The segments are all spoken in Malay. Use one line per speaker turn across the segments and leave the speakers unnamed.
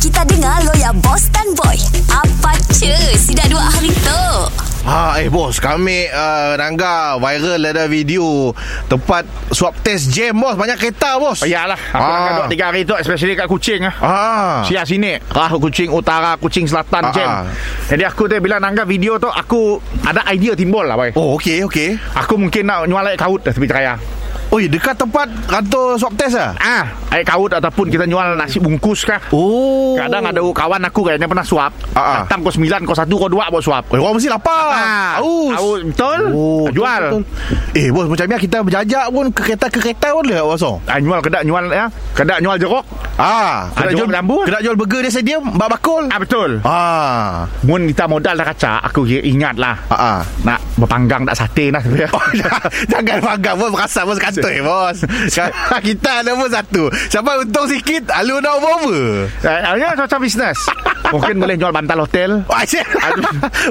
Kita dengar lo ya, boss dan boy. Apa cuy? Sudah dua hari tu.
Ha, eh bos, kami uh, Rangga viral ada video tempat swab test jam bos, banyak kereta bos.
Yalah Aku
Ah.
nak duduk tiga hari tu Especially kat Kuching lah
Ah.
Sia sini Lah Kuching Utara Kuching
Ah,
Selatan jam
ah.
Jadi aku tu Bila nanggap video tu Aku Ada idea timbul lah boy.
Oh, okey okey.
Aku mungkin nak nyual air kaut Dah tepi raya
Oi, dekat tempat kantor swab test ah.
Ah Air kaut ataupun Kita nyual nasi bungkus kah
Oh.
Kadang ada kawan aku Kayaknya pernah suap
Ah, ah.
Datang kau 9 Kau 1 kau 2 Buat suap
Oi, Eh, orang mesti lapar. Aus.
Ah, Aus, Betul
Oh, betul,
Jual
betul, betul. Eh bos, macam ni kita berjajak pun ke kereta-kereta pun dah bosong.
Ah, nyual kedak nyual ya. Kedak nyual jeruk.
Ah,
Ah, jual lambu.
Kedai jual burger dia sedia bak bakul.
Ah betul.
Ah.
Mun kita modal dah kaca, aku ingat lah.
Ah. ah.
Nak berpanggang nak sate lah sebenarnya.
Jangan bangga Bos berasap Bos kantoi Bos Sekarang Kita ada pun satu Siapa untung sikit Alu dah over
Eh, Hanya macam bisnes. Mungkin boleh jual bantal hotel.
Wah, asyik.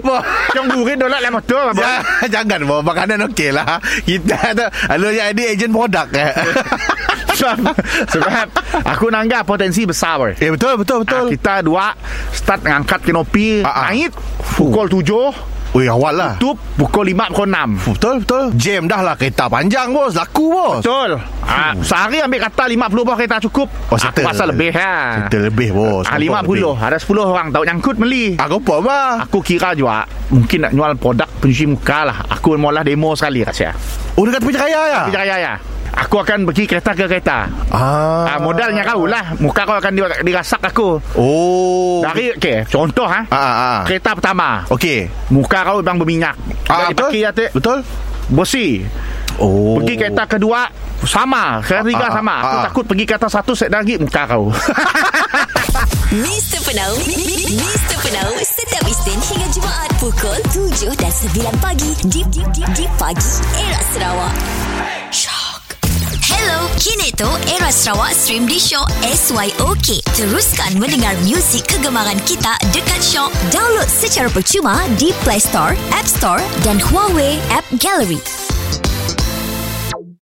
Bos
Yang burin dolar lah motor. abang.
Ja- Jangan Bos Makanan okey lah Kita ada Alu yang ada Agent produk eh.
Sebab, sebab aku nanggap potensi besar. Boy.
Eh betul betul
Ah,
betul
kita dua start ngangkat kenopi
Ah, ah.
naik pukul tujuh
Ui awal lah
tutup pukul lima pukul enam.
Betul betul Jam dah lah Kereta panjang bos Laku bos
Betul. Ah, sehari ambil kata 50 buah kereta cukup.
Oh,
aku
settle. Oh,
rasa lebih ha.
Kita lebih bos Ah,
Ah, 50 Ada 10 orang tahu nyangkut beli
Aku pun bah
Aku kira juga Mungkin nak jual produk pencuci muka lah Aku maulah demo sekali kat saya
Oh dekat tepi raya ya
Pergi raya ya Aku akan pergi kereta ke kereta
Ah,
ah. Modalnya kau lah Muka kau akan di- dirasak aku
Oh
Dari okay, Contoh ha
Ah, ah, ah.
Kereta pertama
Okey
Muka kau bang berminyak
Ah,
Dari
betul?
pagi atik
Betul
Bosi
Oh
Pergi kereta kedua Sama Kereta tiga
ah,
sama
ah,
Aku
ah.
takut pergi kereta satu Set lagi muka kau
Mr. Penau, mi- mi- Mr. Penau, setiap Isnin hingga Jumaat pukul 7 dan 9 pagi di, di, di, di pagi era Sarawak. Shock. Hello, kini tu era Sarawak stream di Shock SYOK. Teruskan mendengar muzik kegemaran kita dekat Shock. Download secara percuma di Play Store, App Store dan Huawei App Gallery.